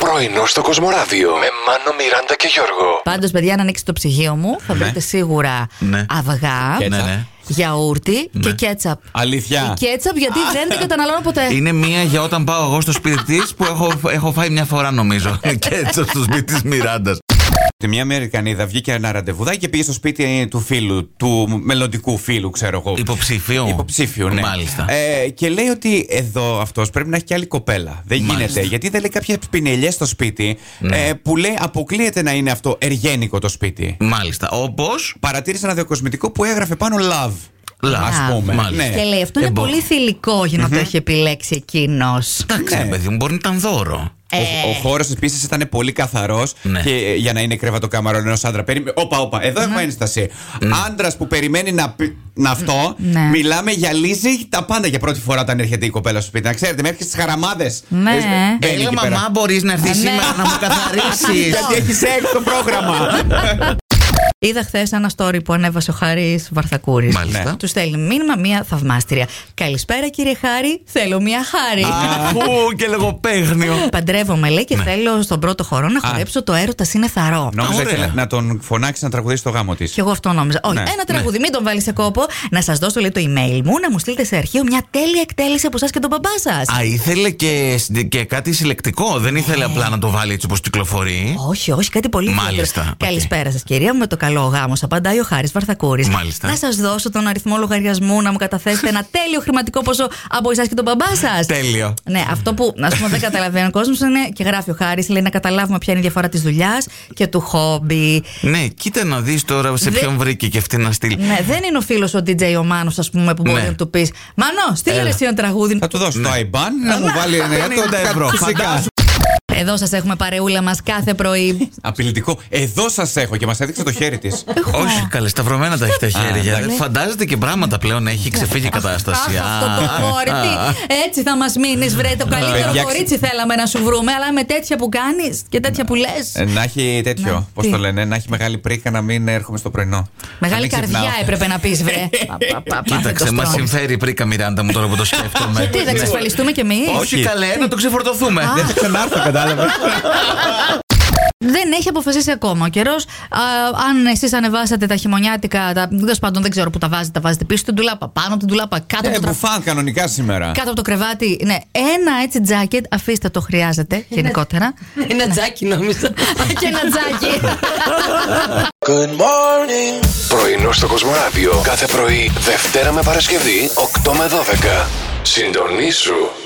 Πρωινό στο Κοσμοράδιο με Μάνο, Μιράντα και Γιώργο. Πάντως, παιδιά, να ανοίξετε το ψυγείο μου, θα βρείτε σίγουρα Ναι. αυγά, Ναι, ναι. γιαούρτι και κέτσαπ. Αλήθεια. Η κέτσαπ γιατί δεν την καταναλώνω ποτέ. Είναι μία για όταν πάω εγώ στο σπίτι της που έχω, έχω φάει μια φορά νομίζω. και έτσι στο σπίτι της Μιράντας. Και Μια Αμερικανίδα βγήκε ένα ραντεβουδάκι και πήγε στο σπίτι του φίλου, του μελλοντικού φίλου, ξέρω εγώ. Υποψηφίου. Υποψήφιου, ναι. Μάλιστα. Ε, και λέει ότι εδώ αυτός πρέπει να έχει και άλλη κοπέλα. Δεν Μάλιστα. Ναι. γίνεται. Γιατί δεν λέει κάποιες πινελιές στο σπίτι ε, που λέει αποκλείεται να είναι αυτό εργένικο το σπίτι. Μάλιστα. Όπως. Παρατήρησε ένα διακοσμητικό που έγραφε πάνω love. Ας πούμε. Μάλιστα. Ναι. Και λέει, αυτό Ε, είναι μπο- πολύ θηλυκό για να το έχει επιλέξει εκείνος. Εντάξει, ρε Ναι. παιδί μου, μπορεί να ήταν δώρο. Ο, Ε. ο χώρο επίση ήταν πολύ καθαρός Ναι. και ε, για να είναι κρεβατοκάμαρο ενός άντρα. Περι... Όπα, όπα, εδώ Ναι. έχω ένσταση. Ναι. Άντρας που περιμένει να, πει- να αυτό, Ναι. μιλάμε για λύση τα πάντα για πρώτη φορά όταν έρχεται η κοπέλα στο σπίτι. Να ξέρετε, μέχρι τι χαραμάδες. Ναι. Ε, Έλα, μαμά, μπορείς να έρθεις Ναι. σήμερα να μου καθαρίσεις. Γιατί έχεις σεξ το πρόγραμμα. Είδα χθες ένα story που ανέβασε ο Χάρης Βαρθακούρης. Μάλιστα. Του στέλνει μήνυμα μία θαυμάστρια. Καλησπέρα κύριε Χάρη, θέλω μία χάρη. Αφού και λίγο παίγνιο. Παντρεύομαι, λέει, Ναι. και θέλω στον πρώτο χώρο να χορέψω το έρωτα είναι θαρό. Νόμιζα ωραία. ήθελε να τον φωνάξεις να τραγουδήσει το γάμο της. Κι εγώ αυτό νόμιζα. Όχι, Ναι, ένα τραγούδι, μην τον βάλεις σε κόπο. Να σας δώσω λέει, το email μου, να μου στείλετε σε αρχείο μια τέλεια εκτέλεση από εσάς και τον μπαμπά σας. Α, ήθελε και, συντε- και κάτι συλλεκτικό. Δεν Ε. ήθελε απλά να το βάλει έτσι όπως κυκλοφορεί. Όχι, όχι, κάτι πολύ ιδιαίτερο. Μάλιστα, οκ. Καλησπέρα σας, κυρία μου. Με το καλό γάμος, απαντάει ο Χάρης Βαρθακούρης. Μάλιστα. Να σας δώσω τον αριθμό λογαριασμού, να μου καταθέσετε ένα τέλειο χρηματικό ποσό από εσάς και τον μπαμπά σας. Τέλειο. Ναι, αυτό που ας πούμε δεν καταλαβαίνει ο κόσμος είναι και γράφει ο Χάρης, λέει να καταλάβουμε ποια είναι η διαφορά της δουλειάς και του χόμπι. Ναι, κοίτα να δεις τώρα σε Δε- ποιον βρήκε και αυτή να στείλει. Ναι, δεν είναι ο φίλος ο DJ ο Μάνος, ας πούμε, που μπορεί Ναι. να του πεις Μανώ, στείλε Έλα. ρε εσύ ένα τραγούδι. Θα του δώσω Ναι. το IBAN να μου βάλει 90 ευρώ. Φυσικά. Εδώ σας έχουμε παρεούλα μας κάθε πρωί. Απειλητικό. Εδώ σας έχω και μας έδειξε το χέρι της. Όχι, καλέ, σταυρωμένα τα έχει τα χέρια. Φαντάζεται και πράγματα πλέον έχει ξεφύγει η Αχ, κατάσταση. αυτό το κόρη, τι, έτσι θα μας μείνεις, βρε. Το καλύτερο Παιδιά, κορίτσι θέλαμε να σου βρούμε, αλλά με τέτοια που κάνεις και τέτοια που λες. Ε, Να έχει τέτοιο, Να, πώς τι. το λένε, να έχει μεγάλη πρίκα να μην έρχομαι στο πρωινό. Μεγάλη Να μην ξυπνάω. καρδιά έπρεπε να πεις, βρε. Πα, πα, πα, πα, δεν Κοίταξε, το μας στρώμεις. συμφέρει η πρίκα Μιράντα μου τώρα που το σκέφτομαι. Τι, θα Ναι. ξεσφαλιστούμε κι εμείς. Όχι, καλέ, να το ξεφορτωθούμε. Α. Δεν- Θα ξανάρθω, κατάλαβες. Δεν έχει αποφασίσει ακόμα ο καιρός. Αν εσείς ανεβάσατε τα χειμωνιάτικα, τα, τέλος πάντων δεν ξέρω που τα βάζετε, τα βάζετε πίσω την τουλάπα, πάνω από την τουλάπα, κάτω από Ε, το τραφ- μπουφάν κανονικά σήμερα. Κάτω από το κρεβάτι, ναι. Ένα έτσι τζάκετ, αφήστε το, χρειάζεται γενικότερα. Ένα τζάκι νόμιζα. και ένα τζάκι. Πρωινό στο Κοσμοράδιο κάθε πρωί, Δευτέρα με Παρασκευή, 8 με 12. Συντονίσου.